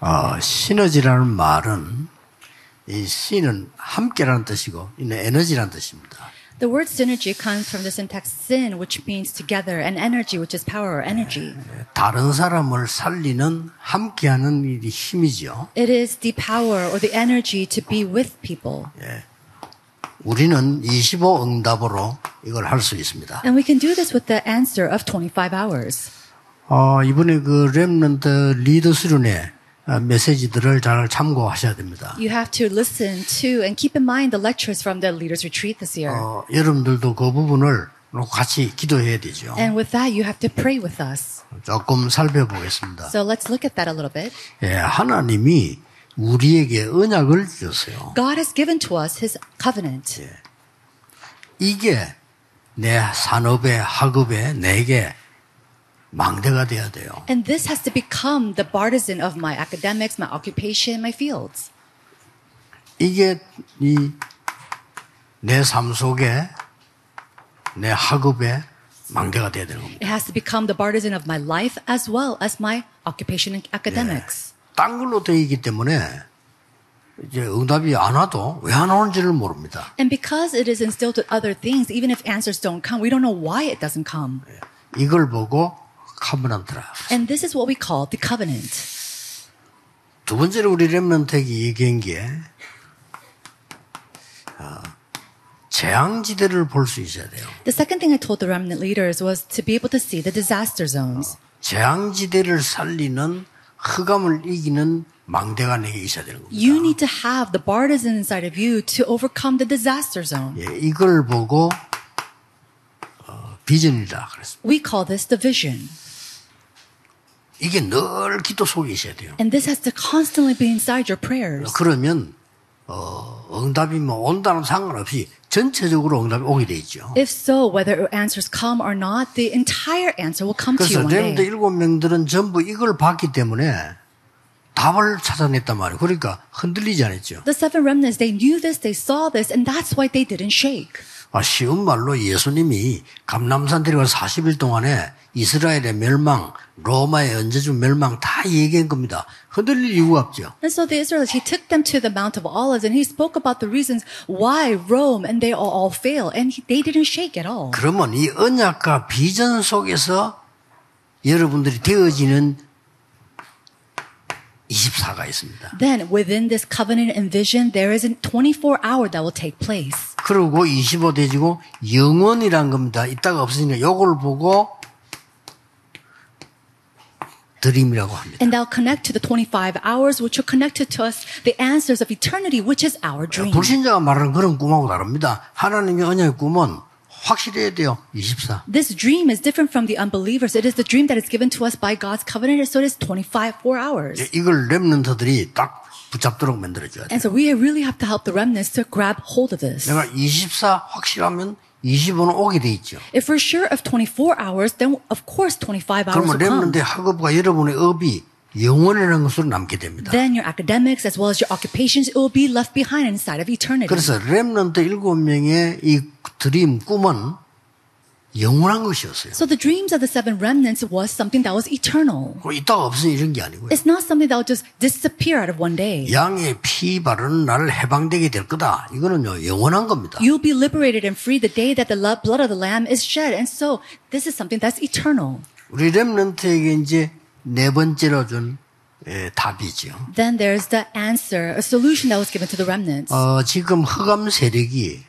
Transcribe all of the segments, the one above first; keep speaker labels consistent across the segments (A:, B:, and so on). A: 어, 시너지라는 말은 이 신은 함께라는 뜻이고 이는 에너지라는 뜻입니다.
B: The word synergy comes from the syntax syn, which means together, and energy, which is power or energy.
A: 다른 사람을 살리는 함께하는 일이 힘이죠.
B: It is the power or the energy to be with people.
A: 우리는 25 응답으로 이걸 할 수 있습니다.
B: And we can do this with the answer of 25 hours.
A: 어, 이번에 그 랩런트 리더 수련회 어, 메시지들을 잘 참고하셔야 됩니다.
B: You have to listen to and keep in mind the lectures from the Leaders Retreat this year.
A: 어, 여러분들도 그 부분을 놓고 같이 기도해야 되죠.
B: And with that, you have to pray with us.
A: 조금 살펴보겠습니다.
B: So let's look at that a little bit.
A: 예, 하나님이 우리에게 언약을 주셨어요.
B: God has given to us his covenant.
A: 이게 내 산업의 학업에 내게 망대가 돼야 돼요.
B: And this has to become the partisan of my academics, my occupation, my fields.
A: 이게 이 내 삶 속에 내 학업에 망대가 돼야 되는 겁니다.
B: It has to become the partisan of my life as well as my occupation and academics.
A: 딴 걸로 되어 있기 때문에 이제 응답이 안 와도 왜 안 오는지를 모릅니다.
B: And because it is instilled with other things, even if answers don't come, we don't know why it doesn't come.
A: 이걸 보고 카브란트라.
B: And this is what we call the covenant.
A: 두 번째로 우리 렘넌택이 얘기한 게 어, 재앙지대를 볼 수 있어야 돼요.
B: The second thing I told the remnant leaders was to be able to see the disaster zones.
A: 재앙지대를 살리는 흑암을 이기는 망대가 내게 있어야 되는 겁니다.
B: You need to have the partisan inside of you to overcome the disaster zone.
A: 예, 이걸 보고 어, 비전이라 그랬습니다.
B: We call this the vision.
A: 이게 늘 기도 속에 있어야 돼요.
B: And this has to constantly be inside your prayers.
A: 그러면 어, 응답이 뭐 온다는 상관없이 전체적으로 응답이 오게 돼 있죠.
B: If so, whether your answers come or not, the entire answer will come to you
A: 그래서
B: one
A: 렘드
B: day.
A: 일곱 명들은 전부 이걸 봤기 때문에 답을 찾아냈단 말이에요. 그러니까 흔들리지 않았죠.
B: The seven remnants, they knew this, they saw this, and that's why they didn't shake.
A: 아, 쉬운 말로 예수님이 감남산 데려가서 40일 동안에 이스라엘의 멸망, 로마의 언제주 멸망 다 얘기한 겁니다. 흔들릴 이유가 없죠.
B: And so the Israelites, he took them to the Mount of Olives and he spoke about the reasons why Rome and they all, all fail. And he, they didn't shake at all.
A: 그러면 이 언약과 비전 속에서 여러분들이 되어지는 24가 있습니다.
B: Then within this covenant and vision, there is a 24 hour that will take place.
A: 그리고 25 돼지고 영원이란 겁니다. 이따가 없으니까 요걸 보고 드림이라고 합니다.
B: And they'll connect to the 25 hours, which are connected to us, the answers of eternity, which is our dream.
A: 불신자가 말하는 그런 꿈하고 다릅니다. 하나님의 언약의 꿈은 확실해야 돼요. 24.
B: This dream is different from the unbelievers. It is the dream that is given to us by God's covenant, and so it is 25 4 hours.
A: 예, 이걸 랩런터들이 딱 붙잡도록 만들어줘야 돼요.
B: And so we really have to help the remnants to grab hold of this.
A: 내가 24 확실하면 25는 오게 돼 있죠.
B: If we're sure of 24 hours, then of course 25 hours
A: 그러면
B: will come.
A: 랩런트의 학업과 여러분의 업이 영원이라는 것으로 남게 됩니다.
B: Then your academics as well as your occupations it will be left behind inside of eternity.
A: 그래서 랩런트 일곱 명의 이 드림 꿈은 영원한 것이었어요.
B: So the dreams of the seven remnants was something that was eternal.
A: 그 이따가 없으니 이런 게 아니고요.
B: It's not something that will just disappear out of one day.
A: 양의 피 바르는 날 해방되게 될 거다. 이거는요 영원한 겁니다.
B: You'll be liberated and free the day that the lo- blood of the Lamb is shed. And so this is something that's eternal.
A: 우리 랩런트에게 이제 네 번째로 준 예, 답이죠.
B: Then there's the answer, a solution that was given to the remnants.
A: 어, 지금 흑암 세력이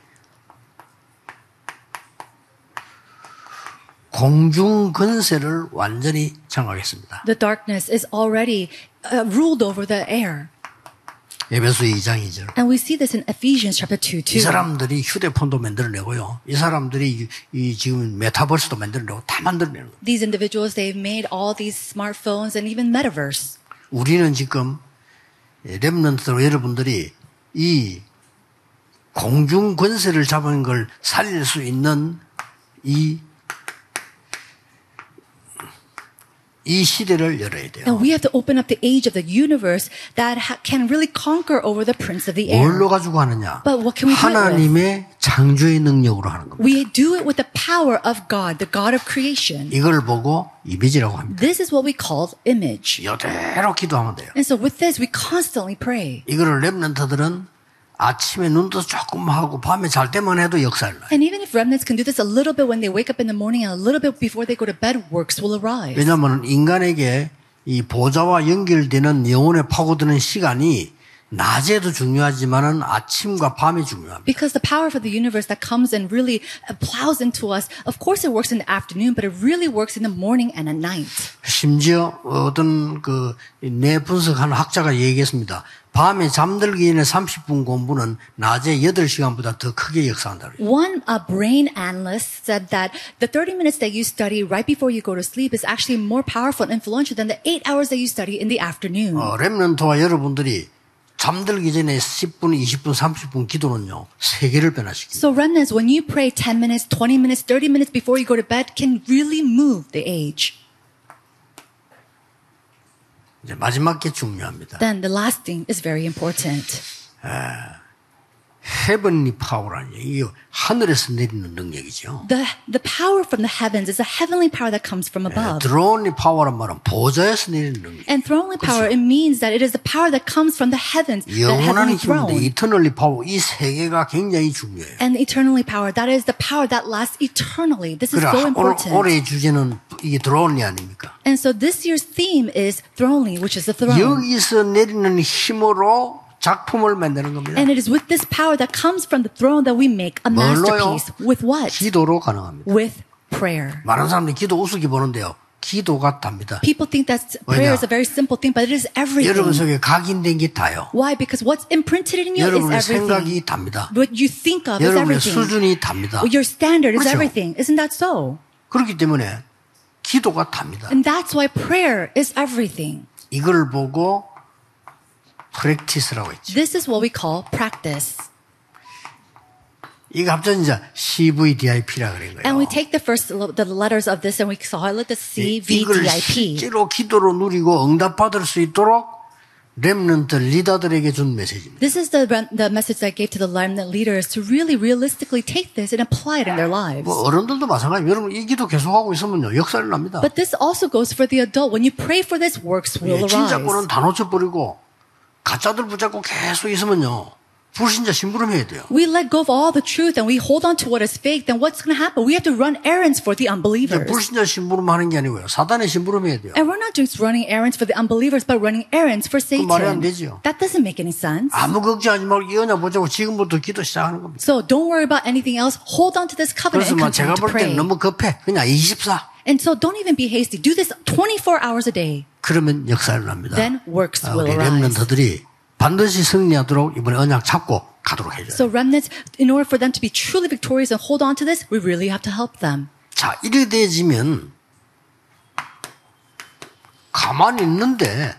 A: 공중 건세를 완전히 장악했습니다.
B: The darkness is already uh, ruled over the air.
A: 에베소 2장이죠.
B: And we see this in Ephesians chapter 2,
A: 이
B: 2.
A: 사람들이 휴대폰도 만들어내고요. 이 사람들이 이, 이 지금 메타버스도 만들어내고 다 만들어내는 거예요.
B: These individuals, they've made all these smartphones and even metaverse.
A: 우리는 지금 랩런트로 여러분들이 이 공중 권세를 잡은 걸 살릴 수 있는 이 이 시대를 열어야 돼요.
B: Now we have to open up the age of the universe that ha- can really conquer over the prince of the air.
A: 뭘로 가지고 하느냐?
B: 네. But what can we do it with?
A: 하나님의 창조의 능력으로 하는 겁니다.
B: We do it with the power of God, the God of creation.
A: 이걸 보고 이미지라고 합니다.
B: This is what we call image.
A: 이대로 기도하면 돼요.
B: And so with this, we constantly pray.
A: 이거를 랩런트들은 아침에 눈도 조금 하고 밤에 잘 때만 해도 역사를 나요.
B: And even if remnants can do this a little bit when they wake up in the morning and a little bit before they go to bed, works will arise.
A: 왜냐하면 인간에게 이 보좌와 연결되는 영혼에 파고드는 시간이 낮에도 중요하지만은 아침과 밤이 중요합니다.
B: Because the power of the universe that comes and really plows into us, of course it works in the afternoon, but it really works in the morning and at night.
A: 심지어 어떤 그뇌 분석하는 학자가 얘기했습니다. 밤에 잠들기 전에 30분 공부는 낮에 8시간보다 더 크게 역사한다고. 해요.
B: One uh, brain analyst said that the 30 minutes that you study right before you go to sleep is actually more powerful and influential than the eight hours that you study in the afternoon.
A: 어, 랩런트와 여러분들이 잠들기 전에 10분, 20분, 30분 기도는요. 세계를 변화시킵니다.
B: So remnants, when you pray 10 minutes, 20 minutes, 30 minutes before you go to bed can really move the age.
A: 이제 마지막 게 중요합니다.
B: Then the last thing is very important.
A: 헤븐리 파워라는 얘기, 이게 하늘에서 내리는 능력이죠.
B: The, the power from the heavens is a heavenly power that comes from above.
A: 아. 드론이 파워란 말은 보좌에서 내리는 능력.
B: And thronely power, it means that it is the power that comes from the heavens, the
A: 영원한
B: heavenly
A: 힘인데
B: throne.
A: 이터널리 파워 이 세 개가 굉장히 중요해요.
B: And eternally power, that is the power that lasts eternally. This is
A: 그래
B: so
A: 오늘
B: important.
A: 올해의 주제는 이게 드론이 아닙니까?
B: And so this year's theme is thronely, which is the throne.
A: 여기서 내리는 힘으로 작품을 만드는 겁니다.
B: And it is with this power that comes from the throne that we make a
A: 뭘로요?
B: masterpiece. With what?
A: 기도로 가능합니다.
B: With prayer.
A: 많은 사람들이 기도 우습게 보는데요. 기도가 답니다.
B: People think that prayer is a very simple thing, but it is
A: 여러분
B: everything.
A: 속에 각인된 게 다요.
B: Why? Because what's imprinted in you is
A: 여러분의
B: everything.
A: 생각이 답니다.
B: What you think of is
A: 여러분의
B: everything.
A: 수준이 답니다.
B: Your standard is
A: 그렇죠.
B: everything. Isn't that so?
A: 그렇기 때문에 기도가 답니다.
B: And that's why prayer is everything.
A: 이걸 보고 프랙티스라고 했죠.
B: This is what we call practice.
A: 이거 합쳐진 이제 CVDIP라 그런
B: And
A: 거예요.
B: we take the first l- the letters of this and we call it the
A: 이- 이걸
B: CVDIP.
A: 실제로 기도로 누리고 응답받을 수 있도록 렘넌트 리더들에게 준 메시지입니다.
B: This is the rem- the message that I gave to the remnant leaders to really realistically take this and apply it in their lives.
A: 뭐 어른들도 마찬가지. 여러분 이 기도 계속하고 있으면요 역사를 납니다.
B: But this also goes for the adult. When you pray for this, works will
A: 예,
B: arise.
A: 진작고는 다 놓쳐버리고 가짜들 붙잡고 계속 있으면요 불신자 심부름해야 돼요.
B: We let go of all the truth and we hold on to what is fake, then what's going to happen? We have to run errands for the
A: 근데
B: unbelievers.
A: 불신자 심부름하는 게 아니고요 사단의 심부름해야 돼요.
B: And we're not just running errands for the unbelievers, but running errands for Satan.
A: 말이 안 되지요.
B: That doesn't make any sense.
A: 아무 걱정하지 말고 이 언약 보자고 지금부터 기도 시작하는 겁니다.
B: So don't worry about anything else. Hold on to this covenant
A: 그래서
B: and
A: 막 제가
B: continue to
A: 볼 때는
B: pray.
A: 너무 급해. 그냥 24.
B: And so don't even be hasty. Do this 24 hours a day.
A: 그러면 역사를 납니다.
B: Then works
A: 아,
B: will
A: 우리
B: arise.
A: 렘런터들이 반드시 승리하도록 이번에 언약 잡고 가도록 해줘요.
B: So remnants, in order for them to be truly victorious and hold on to this, we really have to help them.
A: 자, 이래 돼지면 가만히 있는데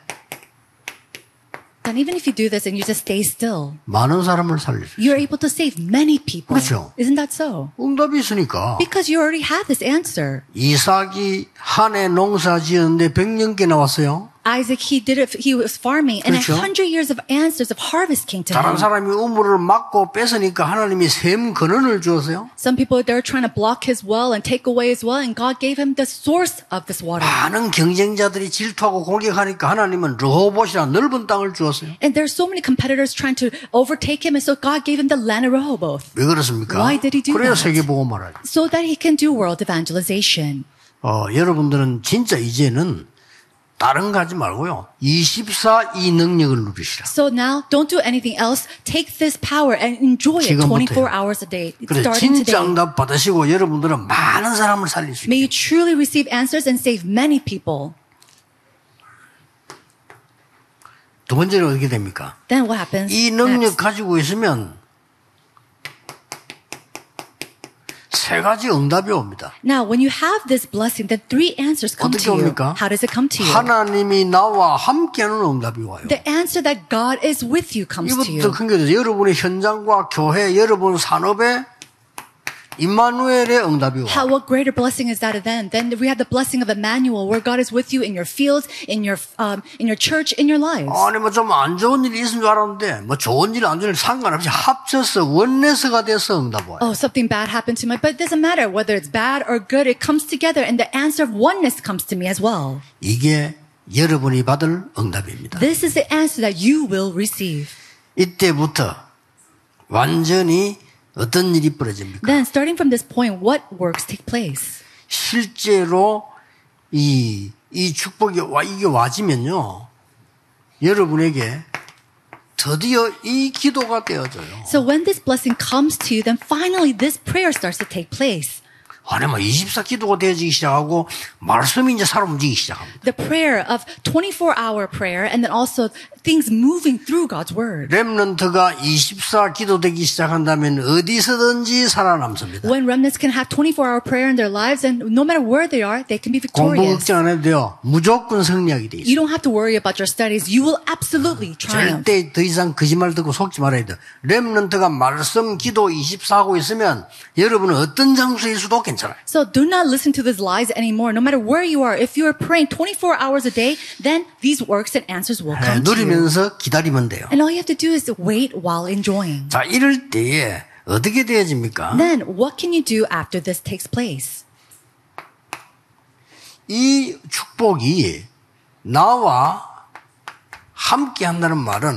B: Then even if you do this and you just stay still,
A: 많은 사람을 살릴 수 있어요.
B: you're able to save many people.
A: 그렇죠.
B: Isn't that so?
A: 응답이 있으니까
B: Because you already have this answer.
A: 이삭이 한 해 농사 지었는데 100년께 나왔어요.
B: Isaac, he did it. He was farming, and
A: 그렇죠.
B: a hundred years of answers of harvest came to
A: 다른
B: him.
A: 사람이 우물을 막고 뺏으니까 하나님이 샘 근원을 주었어요.
B: Some people they're trying to block his well and take away his well, and God gave him the source of this water.
A: 많은 경쟁자들이 질투하고 공격하니까 하나님은 로봇이라는 넓은 땅을 주었어요.
B: And there's so many competitors trying to overtake him, and so God gave him the land of Rehoboth
A: 왜 그렇습니까?
B: Why did he do
A: 그래야
B: that?
A: 세계보고 말하죠.
B: so that he can do world evangelization.
A: 어, 여러분들은 진짜 이제는 다른 거 하지 말고요. 24 이 능력을 누리시라.
B: So now, don't do anything else. Take this power and enjoy it
A: 지금부터요.
B: 24 hours a day,
A: 그래,
B: starting
A: 진짜
B: today.
A: 응답 받으시고 여러분들은 많은 사람을 살릴 수 있어요.
B: May you truly receive answers and save many people.
A: 두 번째로 어떻게 됩니까?
B: Then what happens?
A: 이 능력
B: next?
A: 가지고 있으면 세 가지 응답이 옵니다.
B: Now, when you have this blessing, then three answers come
A: 어떻게
B: to you.
A: 옵니까?
B: How does it come to you?
A: 하나님이 나와 함께하는 응답이 와요.
B: The answer that God is with you comes to
A: 이것도
B: you.
A: 큰 거죠. 여러분의 현장과 교회, 여러분 산업에 임마누엘의 응답이 와.
B: How what greater blessing is that then? Then we have the blessing of Emmanuel, where God is with you in your fields, in your um, in your church, in your lives.
A: 아니 뭐 좀 안 좋은 일이 있는 줄 알았는데 뭐 좋은 일 안 좋은 일 상관없이 합쳐서 원내스가 돼서 응답 와요.
B: Oh, something bad happened to me, but it doesn't matter whether it's bad or good. It comes together, and the answer of oneness comes to me as well.
A: 이게 여러분이 받을 응답입니다.
B: This is the answer that you will receive.
A: 이때부터 완전히 어떤 일이 벌어집니까?
B: Then, starting from this point, what works take place?
A: 실제로 이, 이 축복이 와, 이게 와지면요. 여러분에게 드디어 이 기도가 되어져요.
B: So, when this blessing comes to you, then finally this prayer starts to take place.
A: 아니, 뭐, 24기도가 되어지기 시작하고, 말씀이 이제 살아 움직이기 시작합니다.
B: The prayer of 24 hour prayer, and then also things moving through God's word.
A: 랩런트가 24기도 되기 시작한다면 어디서든지 살아남습니다.
B: When remnants can have 24 hour prayer in their lives, and no matter where they are, they can be
A: 공부
B: victorious.
A: 걱정 안 해도 돼요. 무조건 승리하게 돼
B: You
A: 있어요.
B: don't have to worry about your studies. You will absolutely triumph.
A: 절대 더 이상 거짓말 듣고 속지 말아야 돼요. 랩런트가 말씀, 기도 24하고 있으면 여러분은 어떤 장소에 있어도 괜찮아요. 예,
B: So do not listen to these lies anymore. No matter where you are, if you are praying 24 hours a day, then these works and answers will
A: 네,
B: come to you.
A: 누리면서 기다리면 돼요.
B: And all you have to do is wait while enjoying.
A: 자, 이럴 때에 어떻게 되어집니까?
B: Then what can you do after this takes place?
A: 이 축복이 나와 함께 한다는 말은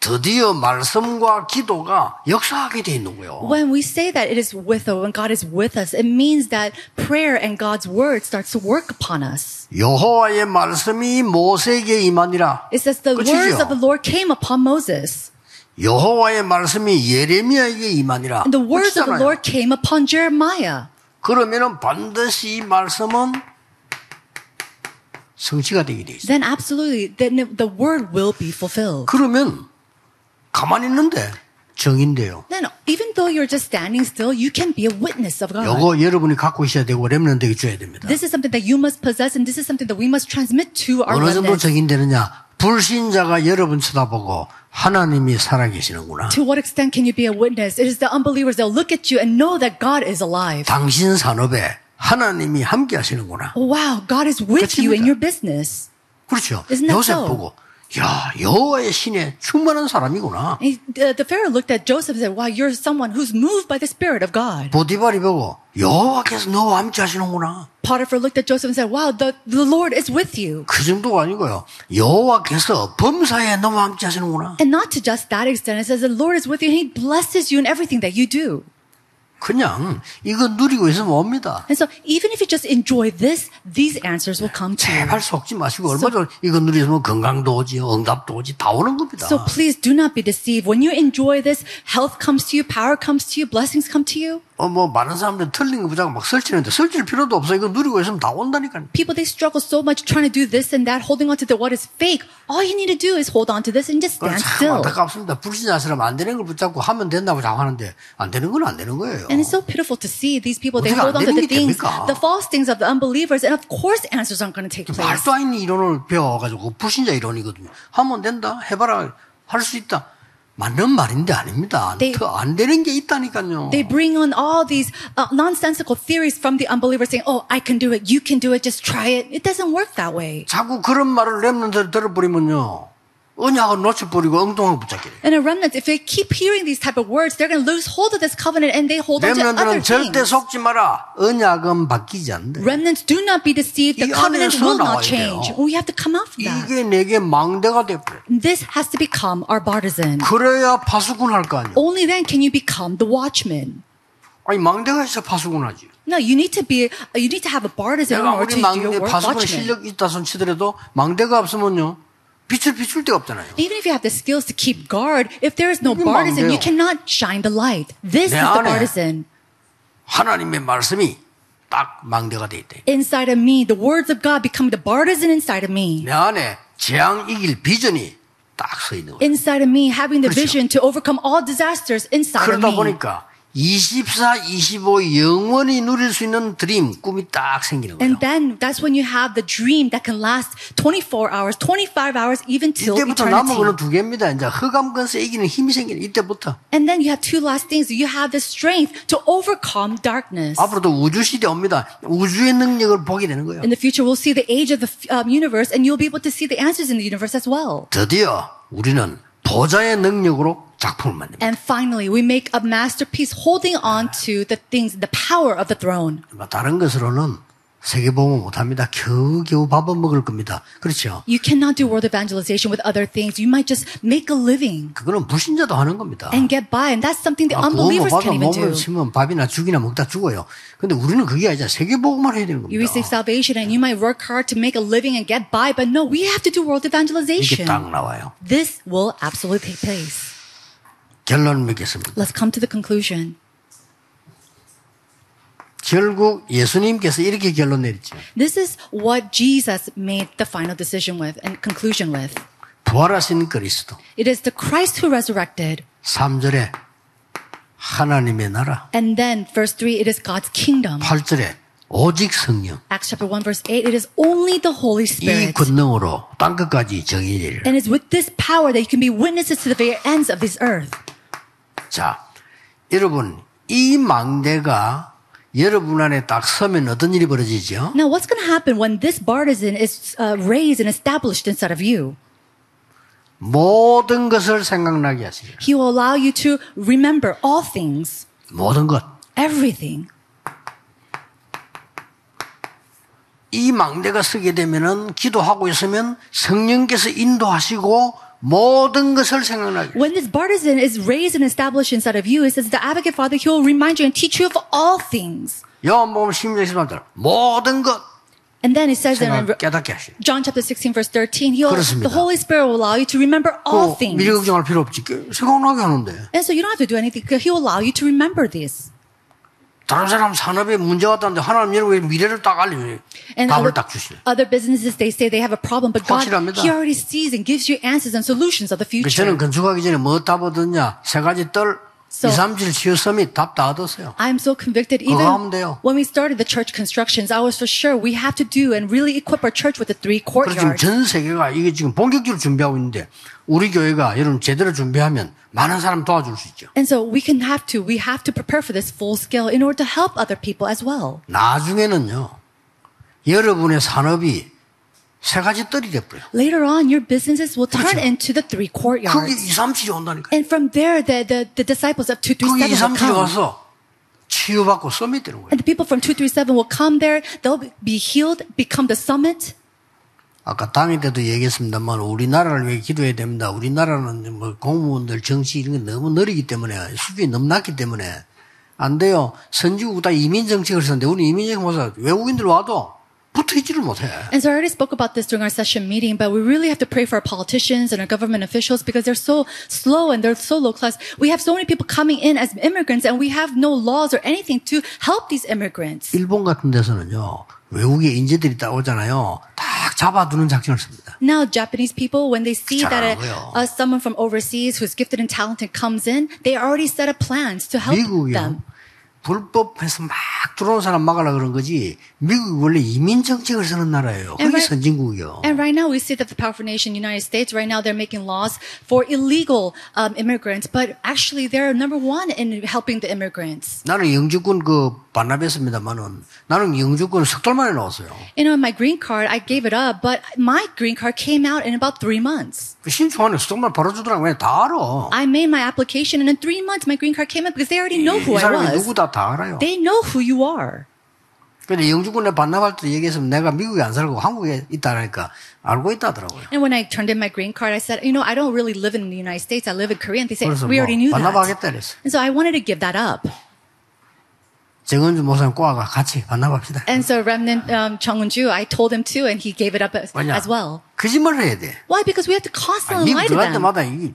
A: 드디어 말씀과 기도가 역사하게 돼 있는 거예요.
B: When we say that it is with us, when God is with us, it means that prayer and God's word starts to work upon us.
A: 여호와의 말씀이 모세에게 임하니라.
B: It says the words of the
A: 그치죠?
B: Lord came upon Moses.
A: 여호와의 말씀이 예레미야에게 임하니라.
B: And the words of the
A: 그치잖아요.
B: Lord came upon Jeremiah.
A: 그러면은 반드시 이 말씀은 성취가 되게 돼 있어요.
B: Then absolutely, then the word will be fulfilled.
A: 그러면 가만히 있는데 정인데요.
B: Then, even though you're just standing still, you can be a witness of God.
A: 요거 여러분이 갖고 있어야 되고 렘넌트에게 줘야 됩니다.
B: This is something that you must possess, and this is something that we must transmit to our
A: 어느 정도
B: remnant.
A: 적용되느냐? 불신자가 여러분 쳐다보고 하나님이 살아계시는구나.
B: To what extent can you be a witness? It is the unbelievers that look at you and know that God is alive.
A: 당신 산업에 하나님이 함께 하시는구나.
B: Wow, God is with you in
A: 그렇습니다.
B: your business.
A: 그렇죠.
B: Isn't that
A: 요셉
B: so?
A: 보고 야 여호와의 신에 충만한 사람이구나.
B: And the, the Pharaoh looked at Joseph and said, Wow, you're someone who's moved by the Spirit of God.
A: 보디발이 보고 여호와께서 너와 함께 하시는구나.
B: Potiphar looked at Joseph and said, Wow, the, the Lord is with you.
A: 그 정도가 아니고요. 여호와께서 범사에 너와 함께 하시는구나.
B: And not to just that extent, it says the Lord is with you and He blesses you in everything that you do.
A: 그냥 이거 누리고 있으면 옵니다.
B: And so even if you just enjoy this, these answers will come to you.
A: 제발 속지 마시고 얼마 전에 이거 누리면 건강도 오지 응답도 오지 다 오는 겁니다.
B: So please do not be deceived. When you enjoy this, health comes to you, power comes to you, blessings come to you.
A: 어, 뭐 많은 사람들이 틀린 거 보자고 막 설치는데 설칠 필요도 없어. 이거 누리고 있으면 다 온다니까. 요
B: People, they struggle so much trying to do this and that, holding on to the, what is fake. All you need to do is hold on to this and just stand
A: 참
B: still.
A: 안타깝습니다. 불신자처럼 안 되는 걸 붙잡고 하면 된다고 자꾸 하는데 안 되는 건 안 되는 거예요.
B: And it's so pitiful to see these people, they
A: 어떻게 안
B: hold on to
A: 되는
B: the
A: 게
B: things,
A: 됩니까?
B: the false things of the unbelievers, and of course answers aren't going to take place.
A: 말도 안 되는 이론을 배워가지고 불신자 이론이거든요. 하면 된다. 해봐라. 할 수 있다. 맞는 말인데 아닙니다. 안,
B: 네.
A: 더- 안 되는 게 있다니까요.
B: They bring on all these uh, nonsensical theories from the unbeliever saying, oh, I can do it, you can do it, just try it. It doesn't work that way.
A: 자꾸 그런 말을 랩런들 들어버리면요. 언약을 놓쳐버리고 엉뚱하게 붙잡게 돼요.
B: And a remnant, if they keep hearing these type of words, they're going to lose hold of this covenant and they
A: 어,
B: hold on to other
A: 랩런들은 네. 절대
B: things.
A: 속지 마라. 언약은 바뀌지 않는데.
B: Remnants do not be deceived.
A: 이
B: The
A: 안에서
B: covenant will not
A: 나와야 돼요.
B: change. We have to come out from that.
A: 이게 내게 망대가 돼버려.
B: This has to become our partisan.
A: 그래야 파수꾼 할 거 아니야.
B: Only then can you become the watchman.
A: 아니 망대가 있어 파수꾼 하지.
B: No, you need to be, you need to have a partisan in
A: 내가 아무리
B: order to do your
A: 망대
B: work
A: 파수꾼
B: watchman.
A: 실력 있다 손 치더라도 망대가 없으면요 빛을 비출 데가 없잖아요.
B: Even if you have the skills to keep guard, if there is no
A: 이게 망대요.
B: partisan, you cannot shine the light. This
A: 내
B: is the
A: 안에.
B: partisan.
A: 하나님의 말씀이 딱 망대가 돼 있대.
B: Inside of me, the words of God become the partisan inside of me.
A: 내 안에 재앙 이길 비전이 딱 서 있는 거예요.
B: Inside of me, having the
A: 그렇죠.
B: vision to overcome all disasters inside of
A: 그러다
B: me.
A: 보니까 24, 25 영원히 누릴 수 있는 드림, 꿈이 딱 생기는 거예요.
B: And then that's when you have the dream that can last 24 hours, 25 hours, even till
A: 이때부터 남은 거는
B: eternity.
A: 두 개입니다. 이제 허감건세 이기는 힘이 생기는 이때부터.
B: And then you have two last things. You have the strength to overcome darkness.
A: 앞으로도 우주 시대 옵니다. 우주의 능력을 보게 되는 거예요.
B: In the future, we'll see the age of the um, universe, and you'll be able to see the answers in the universe as well.
A: 드디어 우리는 보좌의 능력으로 작품을 만듭니다.
B: And finally, we make a masterpiece holding on to the things, the power of the throne.
A: 뭐 다른 것으로는 세계보험을 못합니다. 겨우겨우 밥은 먹을 겁니다. 그렇죠?
B: You cannot do world evangelization with other things. You might just make a living
A: 그거는 불신자도 하는 겁니다.
B: and get by, and that's something the
A: 아, 구원을
B: unbelievers
A: 받아
B: can't even do.
A: 몸을 치면 밥이나 죽이나 먹다 죽어요. 근데 우리는 그게 아니잖아. 세계보험만 해야 되는
B: You receive
A: 겁니다.
B: salvation and you might work hard to make a living and get by, but no, we have to do world
A: 이게
B: evangelization.
A: 딱 나와요.
B: This will absolutely take place.
A: 결론 맺겠습니다.
B: Let's come to the conclusion.
A: 결국 예수님께서 이렇게 결론 내리죠.
B: This is what Jesus made the final decision with and conclusion with.
A: 부활하신 그리스도.
B: It is the Christ who resurrected.
A: 3절에 하나님의 나라.
B: And then, verse 3, it is God's kingdom.
A: 8절에 오직 성령.
B: Acts chapter 1, verse 8, it is only the Holy
A: 이
B: Spirit.
A: 권능으로 땅 끝까지 정의를.
B: And it's with this power that you can be witnesses to the very ends of this earth.
A: 자, 여러분, 이 망대가 여러분 안에 딱 서면 어떤 일이 벌어지죠?
B: Now, what's going to happen when this partisan is uh, raised and established inside of you?
A: 모든 것을 생각나게 하십니다.
B: He will allow you to remember all things,
A: 모든 것.
B: everything.
A: 이 망대가 서게 되면은 기도하고 있으면 성령께서 인도하시고 모든 것을 생각나게. 해요.
B: When this partisan is raised and established inside of you, it says the advocate father, he will remind you and teach you of all things.
A: 요한복음 16장 13절. 모든 것
B: And then it says in
A: 생각 깨닫게 하시고
B: John chapter 16, verse 13, he'll,
A: 그렇습니다.
B: the Holy Spirit will allow you to remember all
A: 그
B: things.
A: 미리 걱정할 필요 없지. 그, 생각나게 하는데.
B: And so you don't have to do anything. He'll allow you to remember this.
A: 다른 사람 산업에 문제가 왔다는데 하나님 여러분의 미래를 딱 알려줘요.
B: And
A: 답을
B: other,
A: 딱 주시네.
B: other businesses, they say they have a problem, but God,
A: 확실합니다.
B: He already sees and gives you answers and solutions of the
A: 그
B: future.
A: 저는 건축하기 전에 뭐 답 얻었냐. 세 가지 떨,
B: So-
A: 이삼질 치었으면 답 다 얻었어요.
B: I'm so convicted.
A: 하면
B: Even
A: 돼요.
B: when we started the church constructions, I was for sure we have to do and really equip our church with the three
A: 그래서 지금
B: courtyards.
A: 전 세계가 이게 지금 본격적으로 준비하고 있는데 우리 교회가 여러분 제대로 준비하면 많은 사람 도와줄 수 있죠.
B: And so we can have to, we have to prepare for this full scale in order to help other people as well.
A: 나중에는요. 여러분의 산업이 세 가지 떨이 돼버려요.
B: Later on, your businesses will turn
A: 그렇죠.
B: into the three
A: 그게
B: courtyards.
A: 2, 3질이 온다니까요.
B: And from there, the, the, the disciples of
A: 그게 2,
B: 237 will
A: 3질이
B: come.
A: 와서 치유받고 썸이 되는 거예요.
B: And the people from 237 will come there, they'll be healed, become the summit.
A: 아까 당일 때도 얘기했습니다만 우리나라를 위해 기도해야 됩니다. 우리나라는 뭐 공무원들 정치 이런 게 너무 느리기 때문에 수준이 너무 낮기 때문에 안 돼요. 선진국 다 이민 정책을 쓰는데 우리 이민 정책 못해 외국인들 와도 붙어있지를 못해.
B: And so I already spoke about this during our session meeting, but we really have to pray for our politicians and our government officials because they're so slow and they're so low class. We have so many people coming in as immigrants and we have no laws or anything to help these immigrants.
A: 일본 같은 데서는요 외국의 인재들이 딱 오잖아요. 딱 잡아두는 작전을 씁니다.
B: Now, Japanese people, when they see that
A: 잘하고요.
B: a, a, someone from overseas who's gifted and talented comes in, they already set up plans to help
A: 미국이요.
B: them.
A: 불법해서 막 들어온 사람 막으려 그런 거지. 미국이 원래 이민 정책을 쓰는 나라예요.
B: And
A: 그게
B: right-
A: 선진국이요.
B: And right now, we see that the powerful nation, United States, right now they're making laws for illegal um, immigrants, but actually they're number one in helping the immigrants.
A: 나는 영주권 그 반납했습니다만은 나는 영주권 석 달 만에 나왔어요.
B: You know, my green card, I gave it up, but my green card came out in about three months.
A: 그 신청하는 석달 만에 바로 주더라고. 그냥 다 알아.
B: I made my application, and in three months, my green card came out because they already know who
A: 이
B: I
A: 사람이
B: was.
A: 누구다 다 알아요.
B: They know who you are.
A: 근데 영주권에 반납할 때 얘기했으면 내가 미국에 안 살고 한국에 있다라니까 알고 있다더라고요.
B: And when I turned in my green card, I said, you know, I don't really live in the United States. I live in Korea. And they said,
A: 그래서 뭐
B: 네, we already knew that.
A: 반납하겠다 그랬어.
B: And so I wanted to give that up.
A: 정은주 목사님 꼬아가 같이 반납합시다.
B: And so Remnant um, Chung Eun-ju, I told him too, and he gave it up as,
A: 왜냐?
B: as well.
A: 거짓말을 해야 돼.
B: Why? Because we have to
A: 아니,
B: constantly
A: 미국
B: lie to
A: 들어갈
B: them.
A: 때마다 이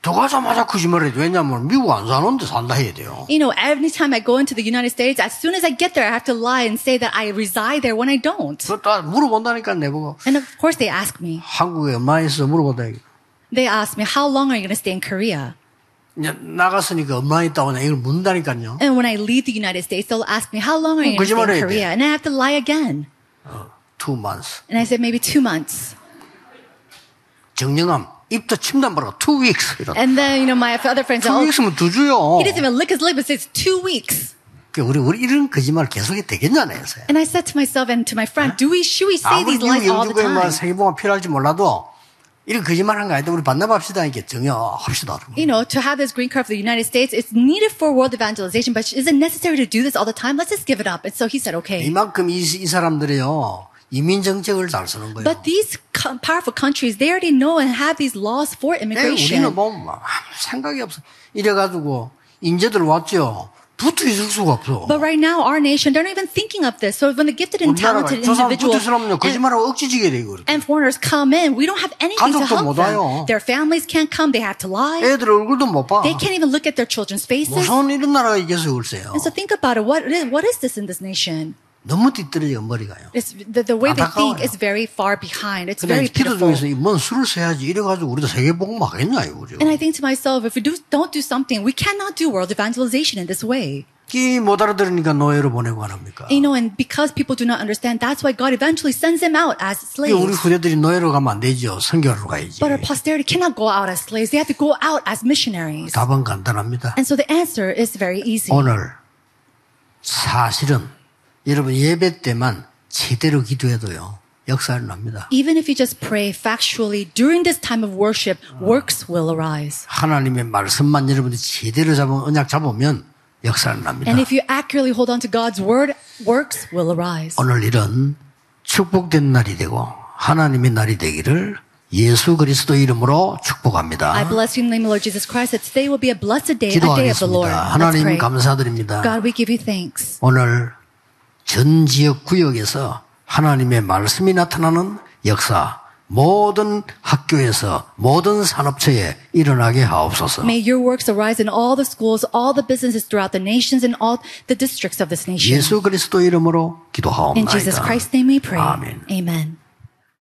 A: 들어가자마자 거짓말을 해야 돼. 왜냐하면 미국 안 사는데 산다 해야 돼요.
B: You know, every time I go into the United States, as soon as I get there, I have to lie and say that I reside there when I don't.
A: 그다 물어본다니까 내보고
B: And of course, they ask me.
A: 한국에 얼마 있어 물어본다.
B: They ask me, how long are you going to stay in Korea?
A: 이제 나갔으니까 얼마나 있다고 하냐 이걸 묻는다니까요.
B: And when I leave the United States, they'll ask me, how long are you going to stay
A: 거짓말해야
B: in
A: 돼.
B: Korea? And I have to lie again.
A: Two months.
B: And I said, maybe two months.
A: 정령함. 입도 침단바로 two weeks. 이런.
B: And then, you know, my other friends,
A: two
B: oh,
A: weeks면 두 주요.
B: he doesn't even lick his lip and says, two weeks.
A: 그 우리 우리 이런 거짓말 계속 해도 되겠냐네 요새.
B: And I said to myself and to my friend, do we, should we say
A: 아무리
B: these lies all the
A: 영주교에 만
B: time?
A: 세계보가 필요할지 몰라도 이런 거짓말 한거 아니다. 우리 반납합시다. 이렇게 정해합시다.
B: You know, to have this green card for the United States, it's needed for world evangelization, but is it necessary to do this all the time? Let's just give it up. And so he said, okay.
A: 이만큼 이, 이 사람들이요. 이민정책을 잘 쓰는 거예요.
B: But these co- powerful countries, they already know and have these laws for
A: 에, 우리는
B: immigration.
A: 뭐 아무 생각이 없어. 이래가지고 인재들 왔죠. 붙어 있을 수가 없어.
B: But right now, our nation, they're not even thinking of this. So when the gifted and
A: 우리나라가
B: talented
A: 저 사람 붙어
B: individuals
A: 있으려면
B: and,
A: 거짓말하고 억지지게 되고 그래.
B: and foreigners come in, we don't have anything to
A: 가족도
B: help
A: 못
B: them.
A: 와요.
B: Their families can't come. They have to lie.
A: 애들 얼굴도 못 봐.
B: They can't even look at their children's faces.
A: 무슨 이런 나라가 이겨서 글쎄요.
B: And so think about it. What is, what is this in this nation?
A: 너무 뒤떨어져 머리가요.
B: It's the, the way they
A: 안타까워요.
B: think is very far behind. It's
A: 근데
B: very
A: 기도
B: pitiful.
A: 중에서 이뭔 술을 써야지 이래가지고 우리도 세계복음 하겠냐 이거죠.
B: And I think to myself, if we do, don't do something, we cannot do world evangelization in this way.
A: 끼 못 알아들으니까 노예로 보내고 안 합니까?
B: You know, and because people do not understand, that's why God eventually sends them out as
A: 이게 우리
B: slaves.
A: 후대들이 노예로 가면 안 되죠. 선교로 가야지.
B: But our posterity cannot go out as slaves. They have to go out as missionaries.
A: 답은 간단합니다.
B: And so the answer is very easy.
A: 오늘 사실은 여러분 예배 때만 제대로 기도해도요 역사를 납니다.
B: Even if you just pray factually during this time of worship, works will arise.
A: 하나님의 말씀만 여러분이 제대로 잡은 언약 잡으면 역사를 납니다.
B: And if you accurately hold on to God's word, works will arise.
A: 오늘 이런 축복된 날이 되고 하나님의 날이 되기를 예수 그리스도 이름으로
B: I
A: 축복합니다.
B: bless you in the name of Lord Jesus Christ that today will be a blessed day, a day of the Lord.
A: 기도하겠습니다.
B: Let's pray.
A: 하나님 감사드립니다.
B: God, we give you thanks.
A: 오늘 전 지역 구역에서 하나님의 말씀이 나타나는 역사, 모든 학교에서 모든 산업체에 일어나게 하옵소서.
B: May your works arise in all the schools, all the businesses throughout the nations and all
A: oh
B: the districts of this nation.
A: 예수 그리스도 이름으로
B: In Jesus
A: 기도하옵나이다.
B: Christ's name we pray.
A: 아멘.
B: Amen.